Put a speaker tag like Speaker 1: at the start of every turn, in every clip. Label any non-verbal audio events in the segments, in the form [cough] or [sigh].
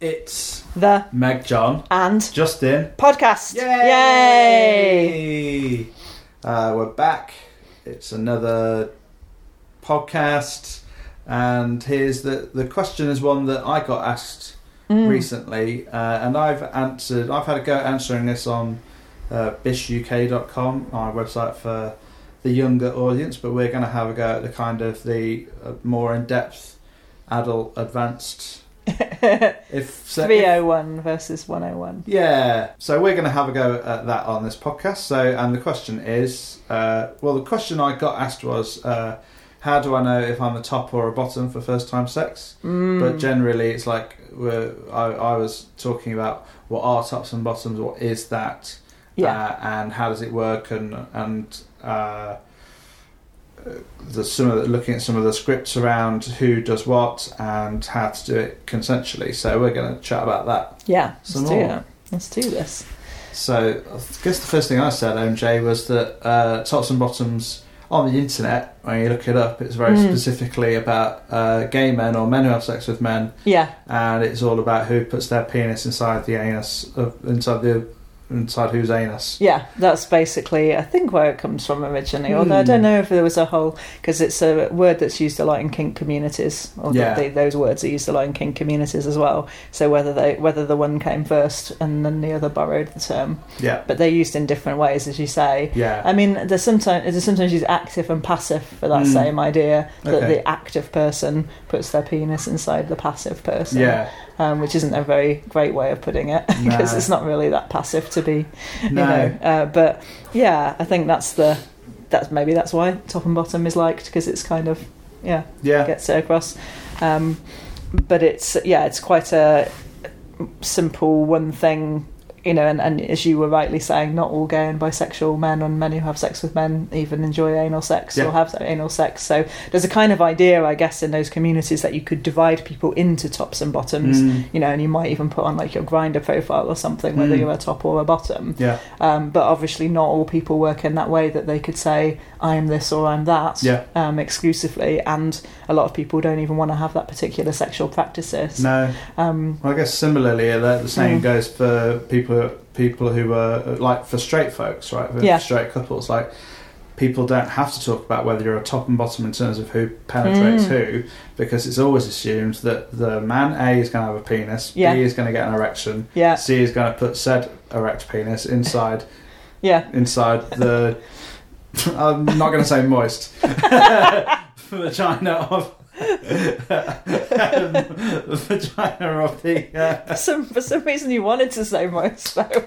Speaker 1: It's
Speaker 2: The
Speaker 1: Meg John,
Speaker 2: and
Speaker 1: Justin.
Speaker 2: podcast. Yay!
Speaker 1: Yay! Uh, we're back. It's another podcast, and here's the the question is one that I got asked
Speaker 2: Mm. [laughs]
Speaker 1: recently, uh, and I've answered. I've had a go at answering this on uh, bishuk.com, our website for the younger audience. But we're going to have a go at the kind of the uh, more in depth, adult, advanced. If so, if-
Speaker 2: 301 versus 101.
Speaker 1: yeah. So we're going to have a go at that on this podcast. So, and the question is, uh, well, the question I got asked was, uh, how do I know if I'm a top or a bottom for first time sex?
Speaker 2: Mm.
Speaker 1: But generally, it's like we're, I, I was talking about what are tops and bottoms, what is that,
Speaker 2: yeah.
Speaker 1: uh, and how does it work, and and uh, the, some of the, looking at some of the scripts around who does what and how to do it consensually. So we're going to chat about that
Speaker 2: yeah. Let's
Speaker 1: some
Speaker 2: do
Speaker 1: more.
Speaker 2: that. Let's do this.
Speaker 1: So I guess the first thing I said, MJ, was that uh, tops and bottoms on the internet, when you look it up, it's very
Speaker 2: Mm.
Speaker 1: specifically about uh, gay men or men who have sex with men,
Speaker 2: Yeah.
Speaker 1: and it's all about who puts their penis inside the anus of inside the inside whose anus.
Speaker 2: Yeah. That's basically, I think, where it comes from originally. Although I don't
Speaker 1: Mm.
Speaker 2: know if there was a whole, because it's a word that's used a lot in kink communities, or
Speaker 1: Yeah.
Speaker 2: yeah. those words are used a lot in kink communities as well. So whether they whether the one came first and then the other borrowed the term,
Speaker 1: Yeah,
Speaker 2: but they're used in different ways, as you say.
Speaker 1: yeah,
Speaker 2: I mean, there's sometimes there's sometimes use active and passive for that
Speaker 1: Mm.
Speaker 2: same idea that
Speaker 1: Okay.
Speaker 2: the active person puts their penis inside the passive person,
Speaker 1: yeah.
Speaker 2: um, which isn't a very great way of putting it [laughs] because
Speaker 1: No.
Speaker 2: it's not really that passive to be, you
Speaker 1: No,
Speaker 2: know. Uh, but yeah, I think that's the that's maybe that's why top and bottom is liked because it's kind of yeah
Speaker 1: yeah,
Speaker 2: gets it across. Um, but it's yeah, it's quite a simple one thing, you know. And, and as you were rightly saying, not all gay and bisexual men and men who have sex with men even enjoy anal sex
Speaker 1: Yeah.
Speaker 2: or have anal sex. So there's a kind of idea, I guess, in those communities that you could divide people into tops and bottoms.
Speaker 1: Mm,
Speaker 2: You know, and you might even put on like your grinder profile or something, whether
Speaker 1: Mm.
Speaker 2: you're a top or a bottom.
Speaker 1: yeah,
Speaker 2: Um, but obviously, not all people work in that way that they could say, I'm this or I'm that
Speaker 1: yeah.
Speaker 2: um, exclusively, and a lot of people don't even want to have that particular sexual practices.
Speaker 1: No,
Speaker 2: Um,
Speaker 1: well, I guess similarly, uh, the, the same
Speaker 2: Mm.
Speaker 1: goes for people people who are uh, like for straight folks, right? For
Speaker 2: Yeah.
Speaker 1: straight couples, like people don't have to talk about whether you're a top and bottom in terms of who penetrates
Speaker 2: Mm.
Speaker 1: who, because it's always assumed that the man A is going to have a penis,
Speaker 2: Yeah. Uh.
Speaker 1: B is going to get an erection,
Speaker 2: yeah,
Speaker 1: C is going to put said erect penis inside
Speaker 2: yeah,
Speaker 1: inside the. [laughs] I'm not going to say moist [laughs] vagina of. [laughs] um, vagina of the uh,
Speaker 2: for some for some reason you wanted to say most though.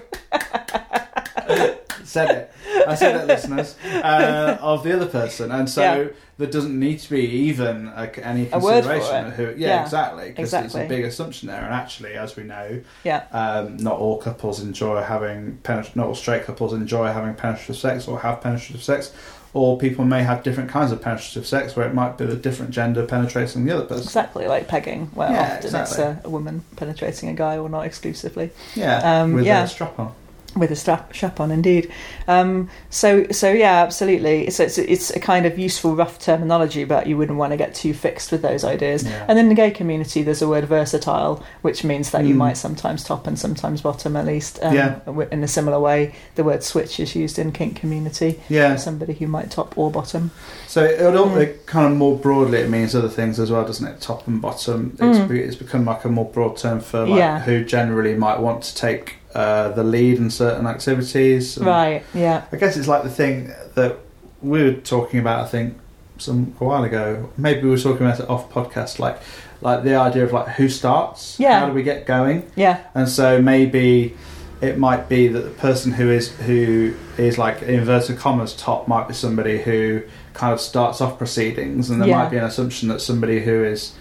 Speaker 1: said it. I
Speaker 2: [laughs]
Speaker 1: said it, listeners, uh, of the other person, and so
Speaker 2: Yeah.
Speaker 1: there doesn't need to be even a, any
Speaker 2: A word for
Speaker 1: consideration
Speaker 2: it.
Speaker 1: of who. Yeah,
Speaker 2: Yeah,
Speaker 1: exactly, because
Speaker 2: exactly.
Speaker 1: it's a big assumption there. And actually, as we know,
Speaker 2: Yeah.
Speaker 1: um, not all couples enjoy having penet- not all straight couples enjoy having penetrative sex or have penetrative sex. Or people may have different kinds of penetrative sex, where it might be the different gender penetrating the other person.
Speaker 2: Exactly like pegging, where
Speaker 1: Yeah,
Speaker 2: often it's
Speaker 1: exactly.
Speaker 2: a, a woman penetrating a guy, or not exclusively
Speaker 1: Yeah,
Speaker 2: Um,
Speaker 1: with
Speaker 2: yeah.
Speaker 1: a strap on.
Speaker 2: with a strap strap on, indeed. Um, so so yeah, absolutely. So it's it's a kind of useful rough terminology, but you wouldn't want to get too fixed with those ideas.
Speaker 1: Yeah.
Speaker 2: And in the gay community, there's a word versatile, which means that you
Speaker 1: Mm.
Speaker 2: might sometimes top and sometimes bottom, at least. Um,
Speaker 1: Yeah.
Speaker 2: w- In a similar way, the word switch is used in kink community.
Speaker 1: Yeah,
Speaker 2: Somebody who might top or bottom.
Speaker 1: So it, it, all-
Speaker 2: Mm.
Speaker 1: it kind of more broadly it means other things as well, doesn't it? Top and bottom. It's,
Speaker 2: Mm.
Speaker 1: be- it's become like a more broad term for like
Speaker 2: Yeah.
Speaker 1: who generally might want to take uh, the lead in certain activities. And
Speaker 2: Right. Yeah.
Speaker 1: I guess it's like the thing that we were talking about. I think some a while ago. Maybe we were talking about it off podcast. Like like the idea of like who starts.
Speaker 2: Yeah.
Speaker 1: How do we get going?
Speaker 2: Yeah.
Speaker 1: and so maybe it might be that the person who is who is like inverted commas top might be somebody who kind of starts off proceedings and there
Speaker 2: Yeah.
Speaker 1: might be an assumption that somebody who is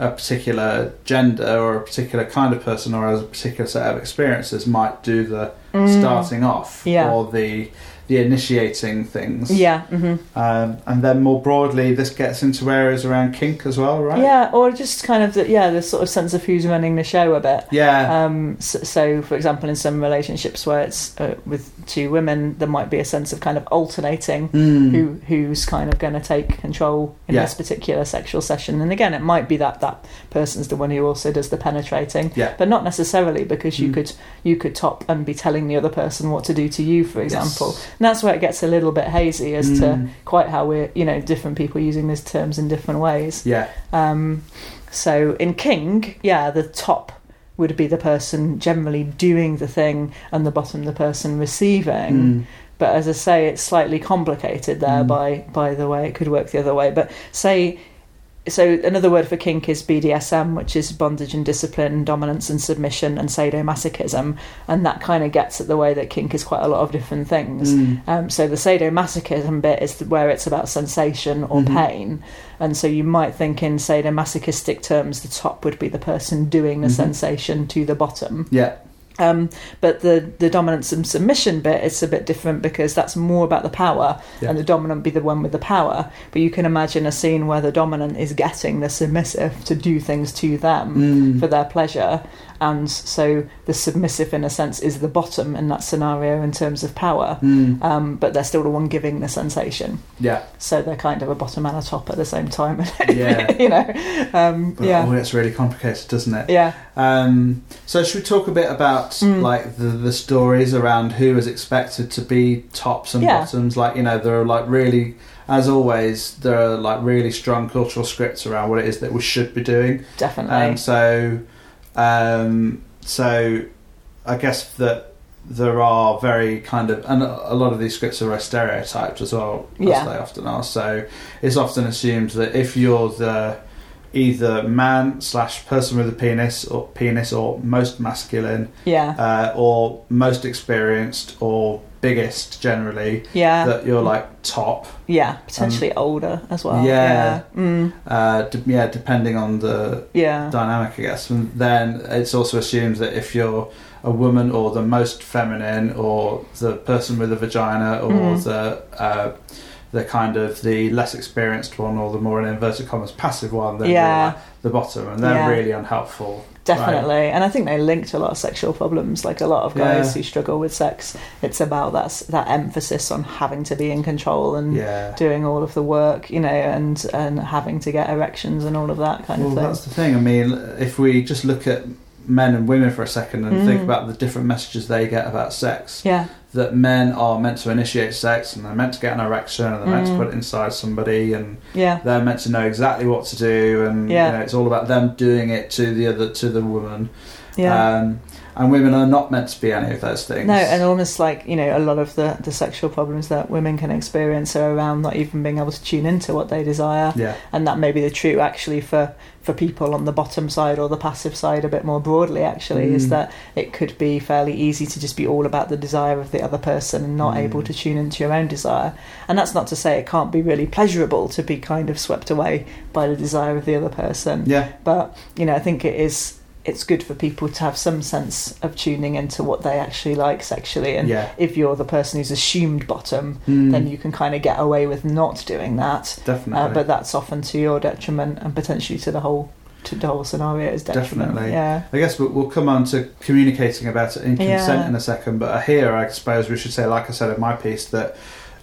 Speaker 1: a particular gender or a particular kind of person or has a particular set of experiences might do the
Speaker 2: Mm.
Speaker 1: starting off
Speaker 2: Yeah.
Speaker 1: or the the initiating things.
Speaker 2: Yeah. hmm
Speaker 1: Um, and then more broadly, this gets into areas around kink as well, right?
Speaker 2: Yeah, or just kind of the, yeah, the sort of sense of who's running the show a bit.
Speaker 1: Yeah.
Speaker 2: Um, so, so, for example, in some relationships where it's uh, with two women, there might be a sense of kind of alternating
Speaker 1: Mm.
Speaker 2: who who's kind of going to take control in
Speaker 1: Yeah.
Speaker 2: this particular sexual session. And again, it might be that that person's the one who also does the penetrating,
Speaker 1: Yeah.
Speaker 2: but not necessarily because you
Speaker 1: Mm.
Speaker 2: could you could top and be telling the other person what to do to you, for example.
Speaker 1: Yes.
Speaker 2: And that's where it gets a little bit hazy as to
Speaker 1: Mm.
Speaker 2: quite how we're you know different people using these terms in different ways.
Speaker 1: Yeah.
Speaker 2: Um, so in King, yeah, the top would be the person generally doing the thing, and the bottom the person receiving.
Speaker 1: Mm.
Speaker 2: But as I say, it's slightly complicated there
Speaker 1: Mm.
Speaker 2: by by the way it could work the other way. But say. So another word for kink is BDSM, which is bondage and discipline, dominance and submission, and sadomasochism, and that kind of gets at the way that kink is quite a lot of different things.
Speaker 1: Mm.
Speaker 2: Um, so the sadomasochism bit is where it's about sensation or
Speaker 1: Mhm.
Speaker 2: pain, and so you might think in sadomasochistic terms, the top would be the person doing the
Speaker 1: Mhm.
Speaker 2: sensation to the bottom.
Speaker 1: Yeah.
Speaker 2: Um, but the the dominance and submission bit is a bit different because that's more about the power,
Speaker 1: Yeah.
Speaker 2: and the dominant be the one with the power. But you can imagine a scene where the dominant is getting the submissive to do things to them
Speaker 1: Mm.
Speaker 2: for their pleasure. And so the submissive, in a sense, is the bottom in that scenario in terms of power
Speaker 1: Mm.
Speaker 2: um, but they're still the one giving the sensation. [laughs]
Speaker 1: Yeah.
Speaker 2: So they're kind of a bottom and a top at the same time, [laughs]
Speaker 1: Yeah.
Speaker 2: you know. Um,
Speaker 1: But,
Speaker 2: yeah,
Speaker 1: Oh, it's really complicated, doesn't it?
Speaker 2: yeah,
Speaker 1: Um, so should we talk a bit about
Speaker 2: Mm.
Speaker 1: like the, the stories around who is expected to be tops and
Speaker 2: Yeah.
Speaker 1: bottoms? Like you know, there are like really, as always, there are like really strong cultural scripts around what it is that we should be doing.
Speaker 2: definitely.
Speaker 1: And so, um, so I guess that there are very kind of and a lot of these scripts are very stereotyped as well as
Speaker 2: Yeah.
Speaker 1: they often are. So it's often assumed that if you're the either man slash person with a penis or penis or most masculine
Speaker 2: yeah,
Speaker 1: uh, or most experienced or biggest generally
Speaker 2: yeah,
Speaker 1: that you're like top
Speaker 2: yeah. Potentially older as well.
Speaker 1: yeah.
Speaker 2: yeah, mm,
Speaker 1: uh, de- yeah depending on the
Speaker 2: yeah.
Speaker 1: dynamic I guess and then it's also assumed that if you're a woman or the most feminine or the person with a vagina or
Speaker 2: Mhm.
Speaker 1: the uh, the kind of the less experienced one or the more in inverted commas passive one then
Speaker 2: Yeah.
Speaker 1: you're like the bottom and they're
Speaker 2: Yeah.
Speaker 1: really unhelpful
Speaker 2: Definitely, and I think they link to a lot of sexual problems. Like a lot of guys
Speaker 1: Yeah.
Speaker 2: who struggle with sex, it's about that s- that emphasis on having to be in control and
Speaker 1: yeah
Speaker 2: doing all of the work, you know, and and having to get erections and all of that kind
Speaker 1: well,
Speaker 2: of thing.
Speaker 1: that's the thing. I mean, if we just look at men and women for a second and think
Speaker 2: Mm.
Speaker 1: about the different messages they get about sex,
Speaker 2: Yeah,
Speaker 1: that men are meant to initiate sex and they're meant to get an erection and they're meant to
Speaker 2: Mm.
Speaker 1: put it inside somebody and
Speaker 2: yeah,
Speaker 1: they're meant to know exactly what to do and
Speaker 2: Yeah.
Speaker 1: you know, it's all about them doing it to the other to the woman.
Speaker 2: yeah.
Speaker 1: Um, and women are not meant to be any of those things.
Speaker 2: No, and almost like you know, a lot of the, the sexual problems that women can experience are around not even being able to tune into what they desire,
Speaker 1: yeah,
Speaker 2: and that may be the true actually for for people on the bottom side or the passive side a bit more broadly. Actually,
Speaker 1: Mm.
Speaker 2: is that it could be fairly easy to just be all about the desire of the other person and not
Speaker 1: Mm.
Speaker 2: able to tune into your own desire. And that's not to say it can't be really pleasurable to be kind of swept away by the desire of the other person
Speaker 1: yeah,
Speaker 2: but you know i think it is it's good for people to have some sense of tuning into what they actually like sexually and
Speaker 1: yeah.
Speaker 2: if you're the person who's assumed bottom
Speaker 1: Mm,
Speaker 2: then you can kind of get away with not doing that
Speaker 1: definitely.
Speaker 2: uh, but that's often to your detriment and potentially to the whole to the whole scenario's detriment
Speaker 1: Definitely.
Speaker 2: yeah
Speaker 1: I guess we'll- we'll come on to communicating about it in
Speaker 2: Yeah.
Speaker 1: consent in a second, but here I suppose we should say, like I said in my piece, that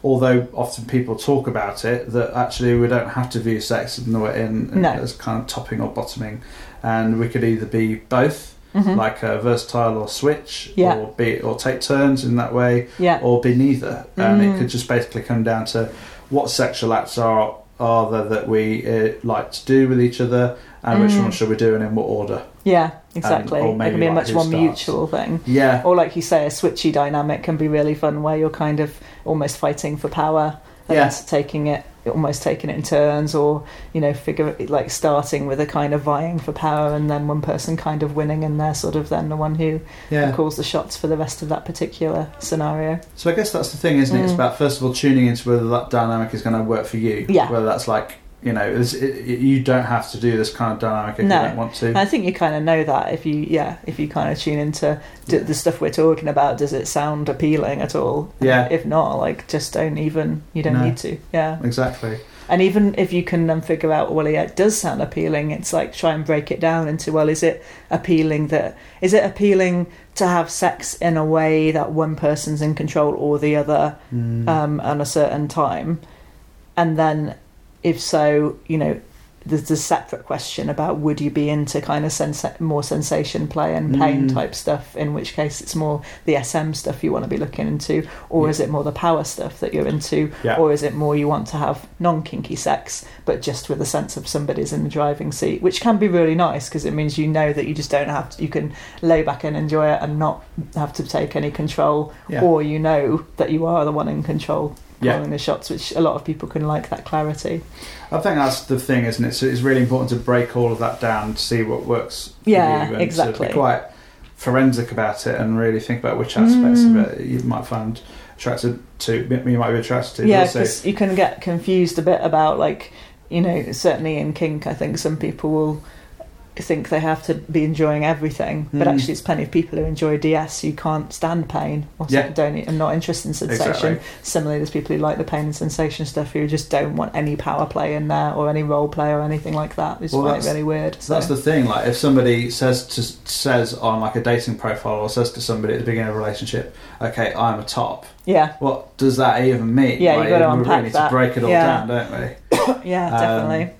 Speaker 1: although often people talk about it, that actually we don't have to view sex in, the way- in, in-
Speaker 2: No.
Speaker 1: as kind of topping or bottoming, and we could either be both,
Speaker 2: Mhm.
Speaker 1: like a versatile or switch,
Speaker 2: Yeah.
Speaker 1: or be or take turns in that way,
Speaker 2: yeah
Speaker 1: or be neither, and it
Speaker 2: Mm.
Speaker 1: could just basically come down to what sexual acts are are there that we uh, like to do with each other, and which
Speaker 2: Mm.
Speaker 1: ones should we do, and in what order.
Speaker 2: yeah exactly
Speaker 1: or
Speaker 2: it
Speaker 1: maybe
Speaker 2: can be a
Speaker 1: like
Speaker 2: much
Speaker 1: who
Speaker 2: more
Speaker 1: starts.
Speaker 2: mutual thing
Speaker 1: Yeah,
Speaker 2: or like you say a switchy dynamic can be really fun where you're kind of almost fighting for power and
Speaker 1: Yeah.
Speaker 2: taking it almost taking it in turns or you know figure like starting with a kind of vying for power and then one person kind of winning and they're sort of then the one who
Speaker 1: Yeah.
Speaker 2: calls the shots for the rest of that particular scenario
Speaker 1: So I guess that's the thing, isn't it? It's
Speaker 2: Mm.
Speaker 1: about first of all tuning into whether that dynamic is going to work for you.
Speaker 2: Yeah.
Speaker 1: Whether that's like you know, it's, it, you don't have to do this kind of dynamic if
Speaker 2: No.
Speaker 1: you don't want to.
Speaker 2: And I think you kind of know that if you, yeah, if you kind of tune into d-
Speaker 1: Yeah.
Speaker 2: the stuff we're talking about, does it sound appealing at all? And
Speaker 1: Yeah.
Speaker 2: If not, like, just don't even. You don't
Speaker 1: No.
Speaker 2: need to. Yeah.
Speaker 1: exactly.
Speaker 2: And even if you can then figure out, well, yeah, it does sound appealing. It's like try and break it down into, well, is it appealing that is it appealing to have sex in a way that one person's in control or the other?
Speaker 1: Mm.
Speaker 2: um, and a certain time, and then if so, you know, there's a separate question about would you be into kind of sensa- more sensation play and pain
Speaker 1: Mm.
Speaker 2: type stuff, in which case it's more the SM stuff you want to be looking into, or
Speaker 1: Yeah.
Speaker 2: is it more the power stuff that you're into,
Speaker 1: Yeah.
Speaker 2: or is it more you want to have non kinky sex but just with a sense of somebody's in the driving seat, which can be really nice because it means you know that you just don't have to, you can lay back and enjoy it and not have to take any control
Speaker 1: yeah.
Speaker 2: or you know that you are the one in control
Speaker 1: Yeah.
Speaker 2: calling the shots, which a lot of people can like that clarity.
Speaker 1: I think that's the thing, isn't it? So it's really important to break all of that down to see what works. for
Speaker 2: Yeah,
Speaker 1: you and To
Speaker 2: exactly.
Speaker 1: be quite forensic about it and really think about which aspects
Speaker 2: Mm.
Speaker 1: of it you might find attracted to. You might be attracted to. but
Speaker 2: yeah,
Speaker 1: also-
Speaker 2: because you can get confused a bit about like you know certainly in kink, I think some people will think they have to be enjoying everything, but
Speaker 1: Mm.
Speaker 2: actually, there's plenty of people who enjoy DS who can't stand pain or
Speaker 1: Yeah.
Speaker 2: don't e, and not interested in sensation.
Speaker 1: Exactly.
Speaker 2: Similarly, there's people who like the pain and sensation stuff who just don't want any power play in there or any role play or anything like that. They just
Speaker 1: Well,
Speaker 2: find it
Speaker 1: that's-
Speaker 2: really weird.
Speaker 1: So that's the thing. Like, if somebody says to says on like a dating profile or says to somebody at the beginning of a relationship, "Okay, I'm a top."
Speaker 2: yeah,
Speaker 1: What does that even mean?
Speaker 2: Yeah, you
Speaker 1: like,
Speaker 2: gotta
Speaker 1: we
Speaker 2: unpack
Speaker 1: really need
Speaker 2: that.
Speaker 1: to break it all
Speaker 2: Yeah.
Speaker 1: down, don't we?
Speaker 2: yeah,
Speaker 1: Um,
Speaker 2: definitely.
Speaker 1: So,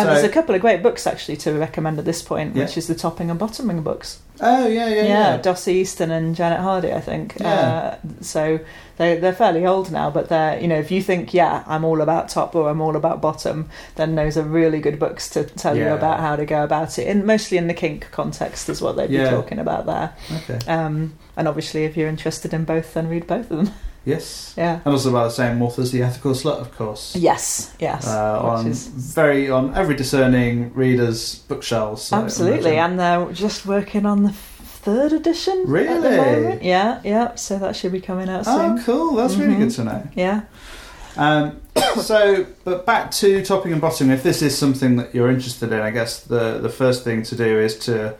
Speaker 2: And Uh, there's a couple of great books actually to recommend at this point,
Speaker 1: Yeah.
Speaker 2: which is the topping and bottoming books.
Speaker 1: oh yeah, yeah,
Speaker 2: yeah,
Speaker 1: yeah,
Speaker 2: Dossie Easton and Janet Hardy, I think.
Speaker 1: Yeah.
Speaker 2: Uh, so they they're fairly old now, but they're you know if you think yeah I'm all about top or I'm all about bottom, then those are really good books to tell you
Speaker 1: Yeah.
Speaker 2: about how to go about it, and mostly in the kink context is what they'd
Speaker 1: Yeah.
Speaker 2: be talking about there.
Speaker 1: Okay.
Speaker 2: Um, and obviously if you're interested in both, then read both of them. [laughs]
Speaker 1: Yes.
Speaker 2: yeah.
Speaker 1: And also by the same authors, the Ethical Slut, of course.
Speaker 2: Yes. Yes.
Speaker 1: uh,
Speaker 2: which
Speaker 1: on
Speaker 2: is-
Speaker 1: very on every discerning reader's bookshelves. so I
Speaker 2: Absolutely,
Speaker 1: imagine.
Speaker 2: and they're just working on the third edition. At
Speaker 1: Really?
Speaker 2: the moment. Yeah, yeah. So that should be coming out soon.
Speaker 1: oh, cool! That's really
Speaker 2: Mhm.
Speaker 1: good to know.
Speaker 2: Yeah.
Speaker 1: Um, [coughs] so, but back to topping and bottoming. If this is something that you're interested in, I guess the the first thing to do is to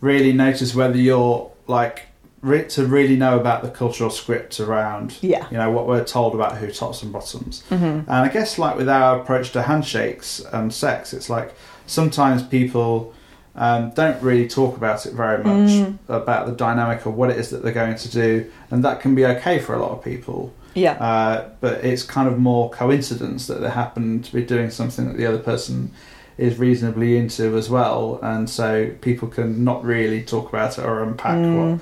Speaker 1: really notice whether you're like re- to really know about the cultural script around.
Speaker 2: Yeah.
Speaker 1: You know what we're told about who tops and bottoms.
Speaker 2: Mm-hmm.
Speaker 1: And I guess, like with our approach to handshakes and sex, it's like sometimes people um, don't really talk about it very much
Speaker 2: Mm.
Speaker 1: about the dynamic of what it is that they're going to do, and that can be okay for a lot of people.
Speaker 2: Yeah.
Speaker 1: Uh, but it's kind of more coincidence that they happen to be doing something that the other person is reasonably into as well, and so people can not really talk about it or unpack what
Speaker 2: Mm.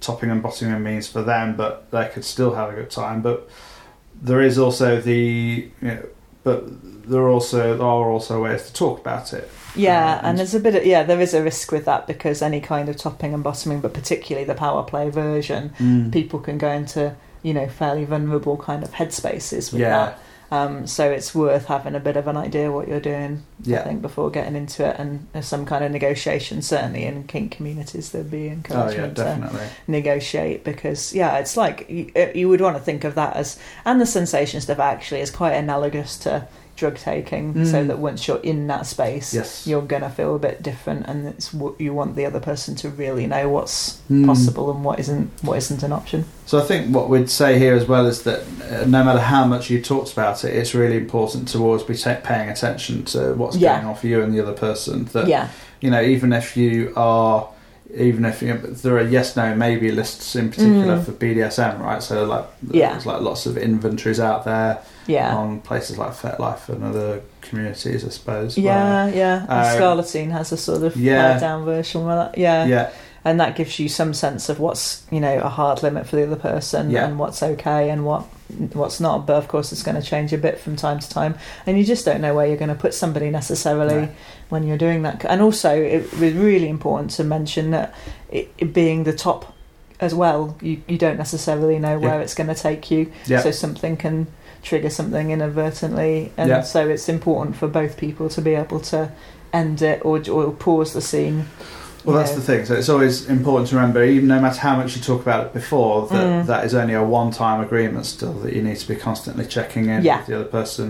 Speaker 1: topping and bottoming means for them, but they could still have a good time. But there is also the, you know, but there also there are also ways to talk about it.
Speaker 2: Yeah,
Speaker 1: Uh, and-
Speaker 2: and there's a bit of yeah, there is a risk with that because any kind of topping and bottoming, but particularly the power play version,
Speaker 1: Mm.
Speaker 2: people can go into you know fairly vulnerable kind of headspaces with
Speaker 1: Yeah,
Speaker 2: that. Um, so it's worth having a bit of an idea what you're doing. I
Speaker 1: yeah,
Speaker 2: think before getting into it, and there's some kind of negotiation. Certainly in kink communities, there'd be
Speaker 1: oh
Speaker 2: encouragement uh,
Speaker 1: yeah,
Speaker 2: to
Speaker 1: definitely.
Speaker 2: negotiate because yeah it's like you, you would want to think of that as and the sensation stuff actually is quite analogous to drug taking
Speaker 1: Mm.
Speaker 2: so that once you're in that space
Speaker 1: Yes,
Speaker 2: you're gonna feel a bit different and it's what you want the other person to really know what's
Speaker 1: Mm.
Speaker 2: possible and what isn't what isn't an option
Speaker 1: So I think what we'd say here as well is that uh, no matter how much you talked about it, it's really important to always be ta paying attention to what's
Speaker 2: Yeah.
Speaker 1: going on for you and the other person. That
Speaker 2: yeah
Speaker 1: you know, even if you are, even if you, there are yes, no, maybe lists in particular
Speaker 2: Mm.
Speaker 1: for BDSM, right? So like,
Speaker 2: Yeah.
Speaker 1: there's like lots of inventories out there
Speaker 2: yeah
Speaker 1: on places like FetLife and other communities, I suppose.
Speaker 2: yeah, yeah. And
Speaker 1: Um,
Speaker 2: Scarletine has a sort of
Speaker 1: yeah.
Speaker 2: yeah. down version. Where that,
Speaker 1: where- yeah,
Speaker 2: and that gives you some sense of what's you know a hard limit for the other person
Speaker 1: Yeah.
Speaker 2: and what's okay and what what's not but of course it's going to change a bit from time to time and you just don't know where you're going to put somebody necessarily
Speaker 1: No.
Speaker 2: when you're doing that and also it was really important to mention that it, it being the top as well you, you don't necessarily know where it's going to take you
Speaker 1: yeah,
Speaker 2: so something can trigger something inadvertently and
Speaker 1: Yeah.
Speaker 2: so it's important for both people to be able to end it or, or pause the scene
Speaker 1: Well, that's the thing. So it's always important to remember, even no matter how much you talk about it before, that
Speaker 2: Mm.
Speaker 1: that is only a one-time agreement. Still, that you need to be constantly checking in
Speaker 2: Yeah.
Speaker 1: with the other person,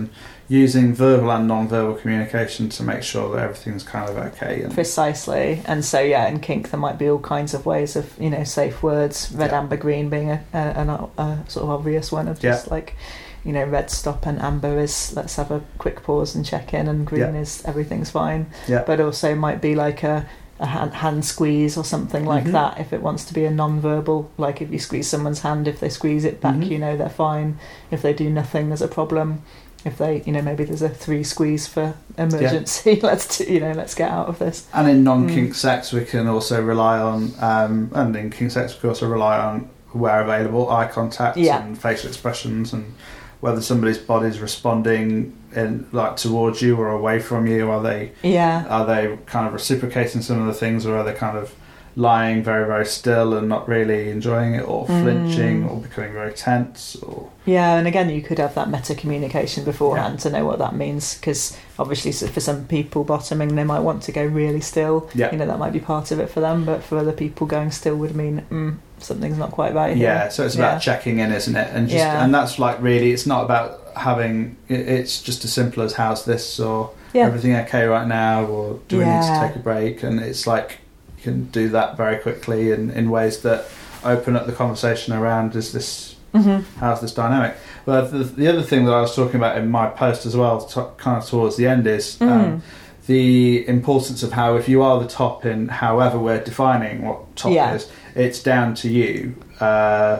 Speaker 1: using verbal and non-verbal communication to make sure that everything's kind of okay. And
Speaker 2: Precisely, and so yeah, in kink there might be all kinds of ways of you know safe words. Red,
Speaker 1: Yeah.
Speaker 2: amber, green being a, a, an o- a sort of obvious one of just like, you know, red stop and amber is let's have a quick pause and check in, and green is everything's fine.
Speaker 1: Yeah.
Speaker 2: But also might be like a a hand, hand squeeze or something like
Speaker 1: Mhm.
Speaker 2: that if it wants to be a non-verbal. Like if you squeeze someone's hand, if they squeeze it back,
Speaker 1: Mhm.
Speaker 2: you know they're fine. If they do nothing, there's a problem if they you know maybe there's a three squeeze for emergency [laughs] let's do, you know let's get out of this
Speaker 1: And in non-kink
Speaker 2: Mm.
Speaker 1: sex, we can also rely on, um, and in kink sex, we can also rely on where available eye contact
Speaker 2: Yeah.
Speaker 1: and facial expressions, and whether somebody's body's responding in like towards you or away from you. Are they
Speaker 2: yeah
Speaker 1: are they kind of reciprocating some of the things, or are they kind of lying very very still and not really enjoying it, or
Speaker 2: Mm.
Speaker 1: flinching, or becoming very tense, or
Speaker 2: yeah and again you could have that meta communication beforehand to know what that means because obviously so for some people bottoming they might want to go really still
Speaker 1: Yeah.
Speaker 2: you know that might be part of it for them but for other people going still would mean mm, something's not quite right here.
Speaker 1: Yeah, so it's about
Speaker 2: Yeah.
Speaker 1: checking in, isn't it? And just
Speaker 2: Yeah.
Speaker 1: and that's like really, it's not about having. it- It's just as simple as how's this or
Speaker 2: Yeah.
Speaker 1: everything okay right now or do we need
Speaker 2: Yeah.
Speaker 1: to take a break? And it's like you can do that very quickly and in ways that open up the conversation around is this
Speaker 2: Mhm.
Speaker 1: how's this dynamic? Well, the, the other thing that I was talking about in my post as well, to, kind of towards the end, is
Speaker 2: Mm.
Speaker 1: um, the importance of how if you are the top in however we're defining what top
Speaker 2: Yeah.
Speaker 1: is, it's down to you. Uh,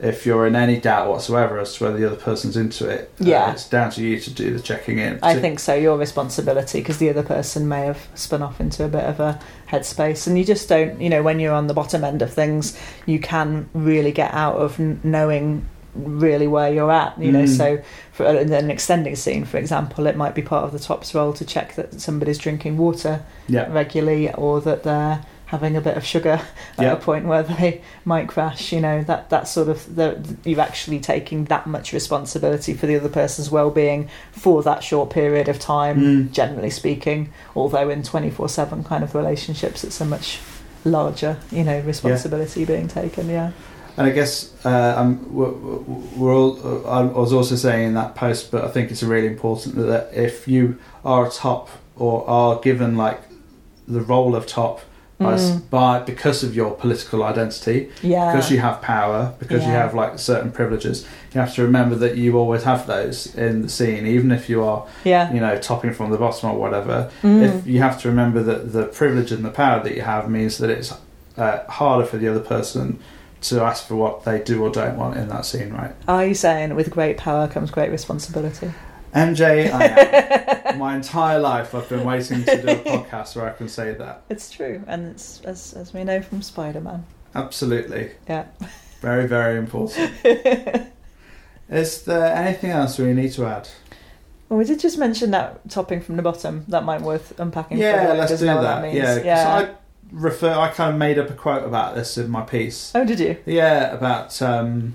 Speaker 1: if you're in any doubt whatsoever as to whether the other person's into it, uh,
Speaker 2: Yeah.
Speaker 1: it's down to you to do the checking in.
Speaker 2: I think so. Your responsibility, because the other person may have spun off into a bit of a headspace, and you just don't. You know, when you're on the bottom end of things, you can really get out of n- knowing really where you're at. You know,
Speaker 1: Mm.
Speaker 2: so for in an extending scene, for example, it might be part of the top's role to check that somebody's drinking water
Speaker 1: Yeah.
Speaker 2: regularly, or that they're having a bit of sugar [laughs] at
Speaker 1: Yeah.
Speaker 2: a point where they might crash. You know, that that sort of the, you're actually taking that much responsibility for the other person's well-being for that short period of time.
Speaker 1: Mm.
Speaker 2: Generally speaking, although in twenty four seven kind of relationships, it's a much larger, you know, responsibility being taken. Yeah.
Speaker 1: And I guess uh, um, we're, we're all. Uh, I was also saying in that post, but I think it's really important that if you are a top or are given like the role of top by, s
Speaker 2: Mm.
Speaker 1: by because of your political identity,
Speaker 2: Yeah.
Speaker 1: because you have power, because you
Speaker 2: Yeah.
Speaker 1: have like certain privileges, you have to remember that you always have those in the scene, even if you are
Speaker 2: yeah.
Speaker 1: you know topping from the bottom or whatever.
Speaker 2: Mm.
Speaker 1: If you have to remember that the privilege and the power that you have means that it's uh, harder for the other person to ask for what they do or don't want in that scene, right?
Speaker 2: Are you saying with great power comes great responsibility? [laughs]
Speaker 1: MJ, I am. my entire life I've been waiting to do a podcast where I can say that.
Speaker 2: It's true, and it's as as we know from Spider Man.
Speaker 1: Absolutely.
Speaker 2: Yeah.
Speaker 1: Very, very
Speaker 2: [laughs]
Speaker 1: important. Is there anything else we need to add?
Speaker 2: Well, we did just mention that topping from the bottom. That might worth unpacking. for
Speaker 1: yeah,
Speaker 2: everyone who
Speaker 1: let's do
Speaker 2: doesn't know
Speaker 1: that.
Speaker 2: what means.
Speaker 1: yeah, 'cause
Speaker 2: yeah.
Speaker 1: I refer. I kind of made up a quote about this in my piece.
Speaker 2: Oh, did you?
Speaker 1: Yeah, about um,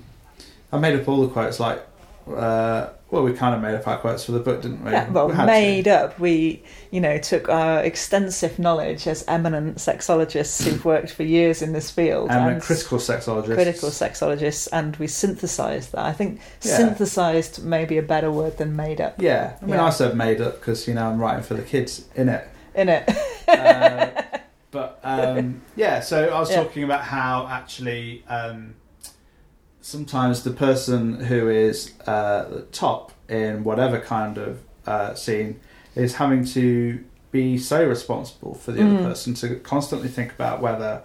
Speaker 1: I made up all the quotes. Like, uh, well, we kind of made up our quotes for the book, didn't we?
Speaker 2: Yeah, well,
Speaker 1: we had to.
Speaker 2: made up. We, you know, took our extensive knowledge as eminent sexologists who've worked for years in this field
Speaker 1: And a
Speaker 2: and
Speaker 1: critical sexologist.
Speaker 2: critical sexologists, and we synthesised that. I think
Speaker 1: Yeah.
Speaker 2: synthesised may be a better word than made up.
Speaker 1: Yeah, I mean,
Speaker 2: Yeah.
Speaker 1: I said made up because you know I'm writing for the kids in it.
Speaker 2: In it,
Speaker 1: Uh, but um, yeah, so I was
Speaker 2: Yeah.
Speaker 1: talking about how actually um, sometimes the person who is uh, the top in whatever kind of uh, scene is having to be so responsible for the
Speaker 2: Mm.
Speaker 1: other person to constantly think about whether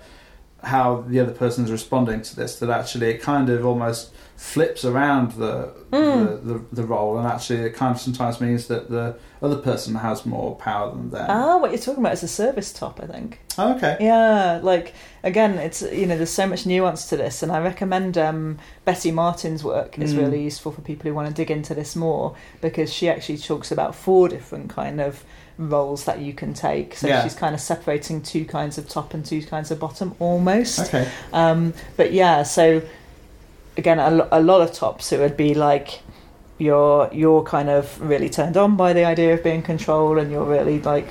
Speaker 1: how the other person is responding to this that actually it kind of almost flips around the,
Speaker 2: Mm.
Speaker 1: the, the the role and actually it kind of sometimes means that the other person has more power than them.
Speaker 2: ah, what you're talking about is a service top, I think.
Speaker 1: Oh, okay.
Speaker 2: Yeah, like again, it's you know, there's so much nuance to this, and I recommend um, Betty Martin's work is
Speaker 1: Mm.
Speaker 2: really useful for people who want to dig into this more because she actually talks about four different kind of roles that you can take. So
Speaker 1: Yeah.
Speaker 2: she's kind of separating two kinds of top and two kinds of bottom almost.
Speaker 1: Okay.
Speaker 2: Um, but yeah, so again, a, lo- a lot of tops it would be like you're you're kind of really turned on by the idea of being controlled and you're really like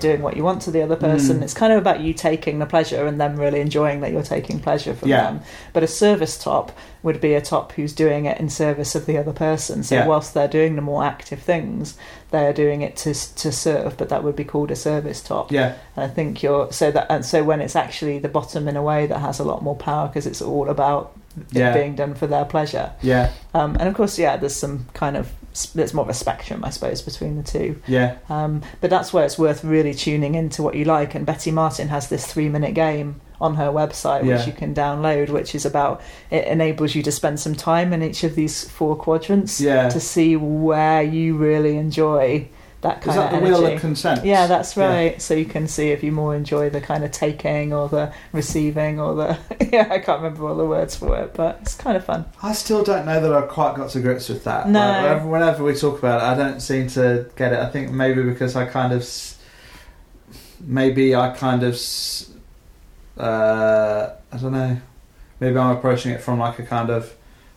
Speaker 2: doing what you want to the other person
Speaker 1: Mm.
Speaker 2: it's kind of about you taking the pleasure and them really enjoying that you're taking pleasure from
Speaker 1: Yeah.
Speaker 2: them but a service top would be a top who's doing it in service of the other person so
Speaker 1: Yeah.
Speaker 2: whilst they're doing the more active things they're doing it to to serve but that would be called a service top
Speaker 1: Yeah,
Speaker 2: and I think you're so that and so when it's actually the bottom in a way that has a lot more power because it's all about it
Speaker 1: Yeah.
Speaker 2: being done for their pleasure
Speaker 1: yeah,
Speaker 2: um, and of course, yeah, there's some kind of there's more of a spectrum, I suppose, between the two.
Speaker 1: yeah,
Speaker 2: Um, but that's where it's worth really tuning into what you like. And Betty Martin has this three minute game on her website,
Speaker 1: Yeah.
Speaker 2: which you can download, which is about it enables you to spend some time in each of these four quadrants
Speaker 1: yeah.
Speaker 2: to see where you really enjoy that
Speaker 1: Is
Speaker 2: kind
Speaker 1: that the
Speaker 2: of
Speaker 1: wheel
Speaker 2: energy.
Speaker 1: of consent?
Speaker 2: yeah, that's
Speaker 1: Yeah.
Speaker 2: right. So you can see if you more enjoy the kind of taking or the receiving or the [laughs] yeah, I can't remember all the words for it, but it's kind of fun.
Speaker 1: I still don't know that I've quite got to grips with that.
Speaker 2: No.
Speaker 1: Like, whenever, whenever we talk about it, I don't seem to get it. I think maybe because I kind of, s- maybe I kind of, s- uh, I don't know. Maybe I'm approaching it from like a kind of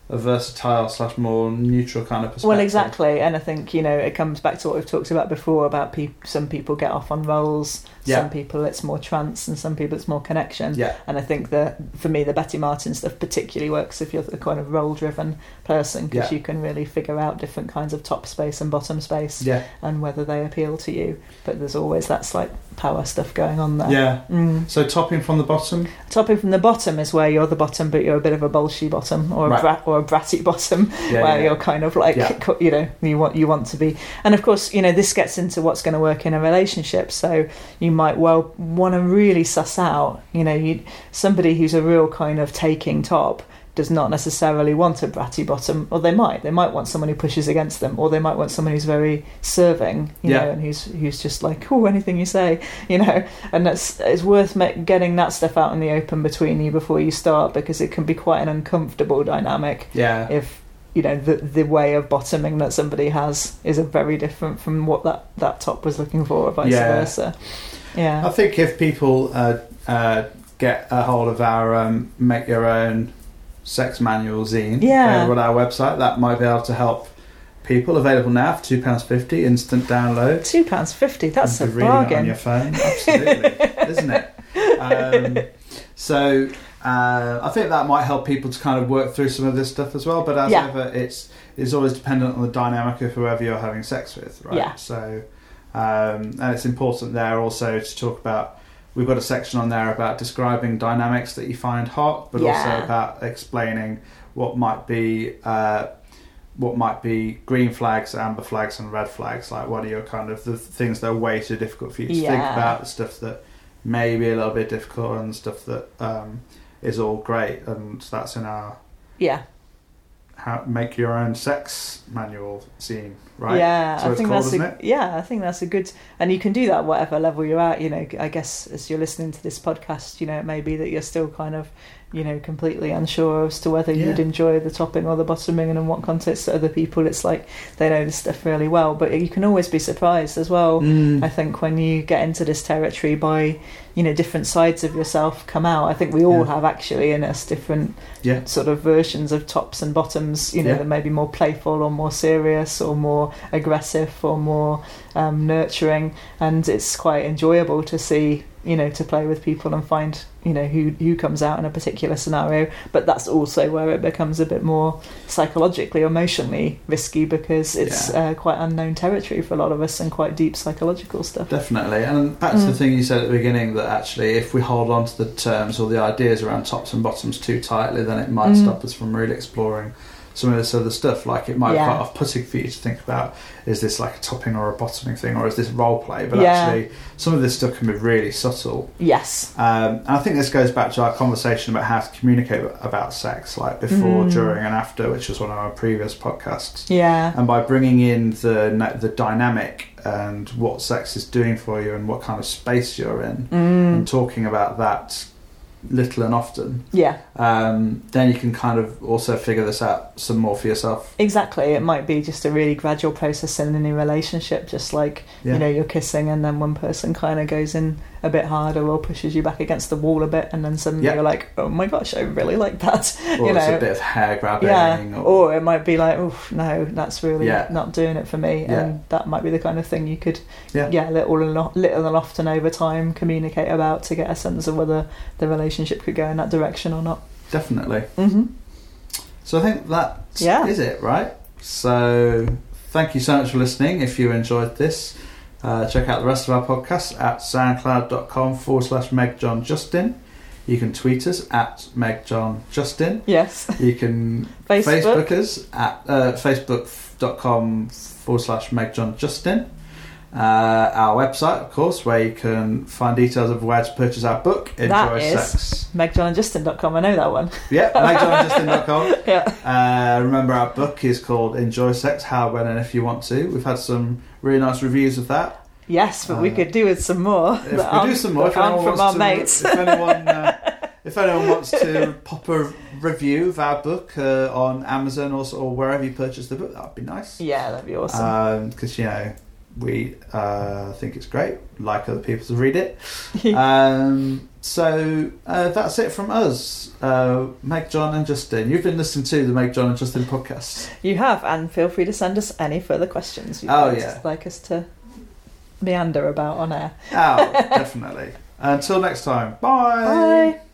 Speaker 1: a versatile slash more neutral kind of perspective.
Speaker 2: Well, exactly, and I think you know it comes back to what we've talked about before about pe- some people get off on roles,
Speaker 1: Yeah.
Speaker 2: some people it's more trance, and some people it's more connection.
Speaker 1: Yeah.
Speaker 2: And I think that for me, the Betty Martin stuff particularly works if you're the kind of role-driven person because
Speaker 1: Yeah.
Speaker 2: you can really figure out different kinds of top space and bottom space
Speaker 1: Yeah.
Speaker 2: and whether they appeal to you. But there's always that slight power stuff going on there.
Speaker 1: Yeah.
Speaker 2: Mm.
Speaker 1: So topping from the
Speaker 2: [laughs]
Speaker 1: bottom.
Speaker 2: Topping from the bottom is where you're the bottom, but you're a bit of a bolshy bottom or a
Speaker 1: Right.
Speaker 2: brat or a bratty [laughs] bottom
Speaker 1: Yeah.
Speaker 2: where
Speaker 1: yeah.
Speaker 2: you're kind of like
Speaker 1: Yeah.
Speaker 2: co- [laughs] you know you want you want to be and of course you know this gets into what's going to work in a relationship so you might well want to really suss out you know you somebody who's a real kind of taking top does not necessarily want a bratty bottom or they might they might want someone who pushes against them or they might want someone who's very serving you
Speaker 1: Yeah.
Speaker 2: know and who's who's just like oh anything you say [laughs] you know and that's it's worth ma- getting that stuff out in the open between you before you start because it can be quite an uncomfortable dynamic
Speaker 1: Yeah.
Speaker 2: if you know the the way of bottoming that somebody has is a very different from what that that top was looking for or vice
Speaker 1: Yeah. Uh,
Speaker 2: versa yeah
Speaker 1: I think if people uh, uh, get a hold of our um, make your own sex manual zine
Speaker 2: Yeah.
Speaker 1: over on our website, that might be able to help people. Available now for two pounds fifty, instant download.
Speaker 2: two pounds fifty that's
Speaker 1: You
Speaker 2: a
Speaker 1: can read it on
Speaker 2: bargain
Speaker 1: your phone, absolutely, isn't it? Um, so uh, I think that might help people to kind of work through some of this stuff as well. But as
Speaker 2: Yeah.
Speaker 1: ever, it's it's always dependent on the dynamic of whoever you're having sex with, right?
Speaker 2: Yeah.
Speaker 1: So um, and it's important there also to talk about. We've got a section on there about describing dynamics that you find hot, but
Speaker 2: Yeah.
Speaker 1: also about explaining what might be uh, what might be green flags, amber flags, and red flags. Like what are your kind of the things that are way too difficult for you to think
Speaker 2: Yeah.
Speaker 1: about, the stuff that may be a little bit difficult, and stuff that um, is all great. And that's in our
Speaker 2: yeah
Speaker 1: how make your own sex manual scene, right?
Speaker 2: yeah
Speaker 1: So
Speaker 2: i
Speaker 1: it's
Speaker 2: think
Speaker 1: called,
Speaker 2: that's
Speaker 1: isn't
Speaker 2: a, yeah i think that's a good and you can do that whatever level you're at you know i guess as you're listening to this podcast you know it may be that you're still kind of you know completely unsure as to whether
Speaker 1: Yeah.
Speaker 2: you'd enjoy the topping or the bottoming and in what context to other people it's like they know this stuff really well but you can always be surprised as well
Speaker 1: Mm.
Speaker 2: I think when you get into this territory by, you know, different sides of yourself come out. I think we all
Speaker 1: Yeah.
Speaker 2: have actually in us different
Speaker 1: Yeah.
Speaker 2: sort of versions of tops and bottoms, you know,
Speaker 1: Yeah.
Speaker 2: that may be more playful or more serious or more aggressive or more um, nurturing. And it's quite enjoyable to see, you know, to play with people and find, you know, who, who comes out in a particular scenario. But that's also where it becomes a bit more psychologically, emotionally risky because it's uh, quite unknown territory for a lot of us and quite deep psychological stuff.
Speaker 1: Definitely, and back to the
Speaker 2: Mm.
Speaker 1: thing you said at the beginning that actually, if we hold on to the terms or the ideas around tops and bottoms too tightly, then it might
Speaker 2: Mm.
Speaker 1: stop us from really exploring some of this other stuff. Like it might
Speaker 2: Yeah.
Speaker 1: be quite off-putting for you to think about: is this like a topping or a bottoming thing, or is this role play? But
Speaker 2: Yeah.
Speaker 1: actually, some of this stuff can be really subtle.
Speaker 2: Yes.
Speaker 1: Um, and I think this goes back to our conversation about how to communicate about sex, like before,
Speaker 2: Mm.
Speaker 1: during, and after, which was one of our previous podcasts
Speaker 2: Yeah.
Speaker 1: and by bringing in the na- the dynamic and what sex is doing for you and what kind of space you're in
Speaker 2: Mm.
Speaker 1: and talking about that little and often,
Speaker 2: yeah,
Speaker 1: um, then you can kind of also figure this out some more for yourself.
Speaker 2: exactly. It might be just a really gradual process in any relationship, just like
Speaker 1: Yeah.
Speaker 2: you know you're kissing and then one person kind of goes in a bit harder or pushes you back against the wall a bit, and then suddenly
Speaker 1: Yeah.
Speaker 2: you're like, oh my gosh, I really like that.
Speaker 1: or
Speaker 2: you
Speaker 1: it's
Speaker 2: know.
Speaker 1: a bit of hair grabbing.
Speaker 2: [laughs] Yeah,
Speaker 1: Or,
Speaker 2: or it might be like, oh no, that's really
Speaker 1: Yeah.
Speaker 2: not doing it for me,
Speaker 1: Yeah.
Speaker 2: and that might be the kind of thing you could,
Speaker 1: Yeah.
Speaker 2: little and lo- little and often over time communicate about to get a sense of whether the relationship could go in that direction or not.
Speaker 1: definitely.
Speaker 2: hmm
Speaker 1: So I think that is
Speaker 2: Yeah.
Speaker 1: it, right? So thank you so much for listening. If you enjoyed this, uh, check out the rest of our podcasts at soundcloud.com forward slash megjohnjustin. You can tweet us at megjohnjustin.
Speaker 2: Yes, [laughs]
Speaker 1: You can
Speaker 2: Facebook.
Speaker 1: Facebook us at uh, facebook.com forward slash megjohnjustin. Uh, our website, of course, where you can find details of where to purchase our book, Enjoy
Speaker 2: That is-
Speaker 1: Sex.
Speaker 2: megjohnandjustin.com. I know that one. [laughs]
Speaker 1: Yeah, megjohnjustin.com.
Speaker 2: yeah.
Speaker 1: Uh, remember, our book is called Enjoy Sex How, When, and If You Want to. We've had some really nice reviews of that.
Speaker 2: Yes, but we
Speaker 1: Uh,
Speaker 2: could do with some more.
Speaker 1: If
Speaker 2: that
Speaker 1: we do
Speaker 2: aren't-
Speaker 1: some more,
Speaker 2: that
Speaker 1: if
Speaker 2: aren't
Speaker 1: anyone,
Speaker 2: um, from our
Speaker 1: wants to,
Speaker 2: mates.
Speaker 1: if, anyone, uh,
Speaker 2: [laughs]
Speaker 1: if anyone wants to pop a review of our book uh, on Amazon or, or wherever you purchase the book, that'd be nice.
Speaker 2: Yeah, that'd be awesome.
Speaker 1: Uh,
Speaker 2: [laughs]
Speaker 1: Because, you know, we uh, think it's great, like other people to read
Speaker 2: [laughs]
Speaker 1: it. um, so uh, that's it from us, uh, Meg, John, and Justin. You've been listening to the Meg, John, and Justin podcast.
Speaker 2: You have, and feel free to send us any further questions you'd
Speaker 1: Oh,
Speaker 2: like,
Speaker 1: yeah.
Speaker 2: like us to meander about on air.
Speaker 1: Oh, definitely. Until next time, bye.
Speaker 2: Bye.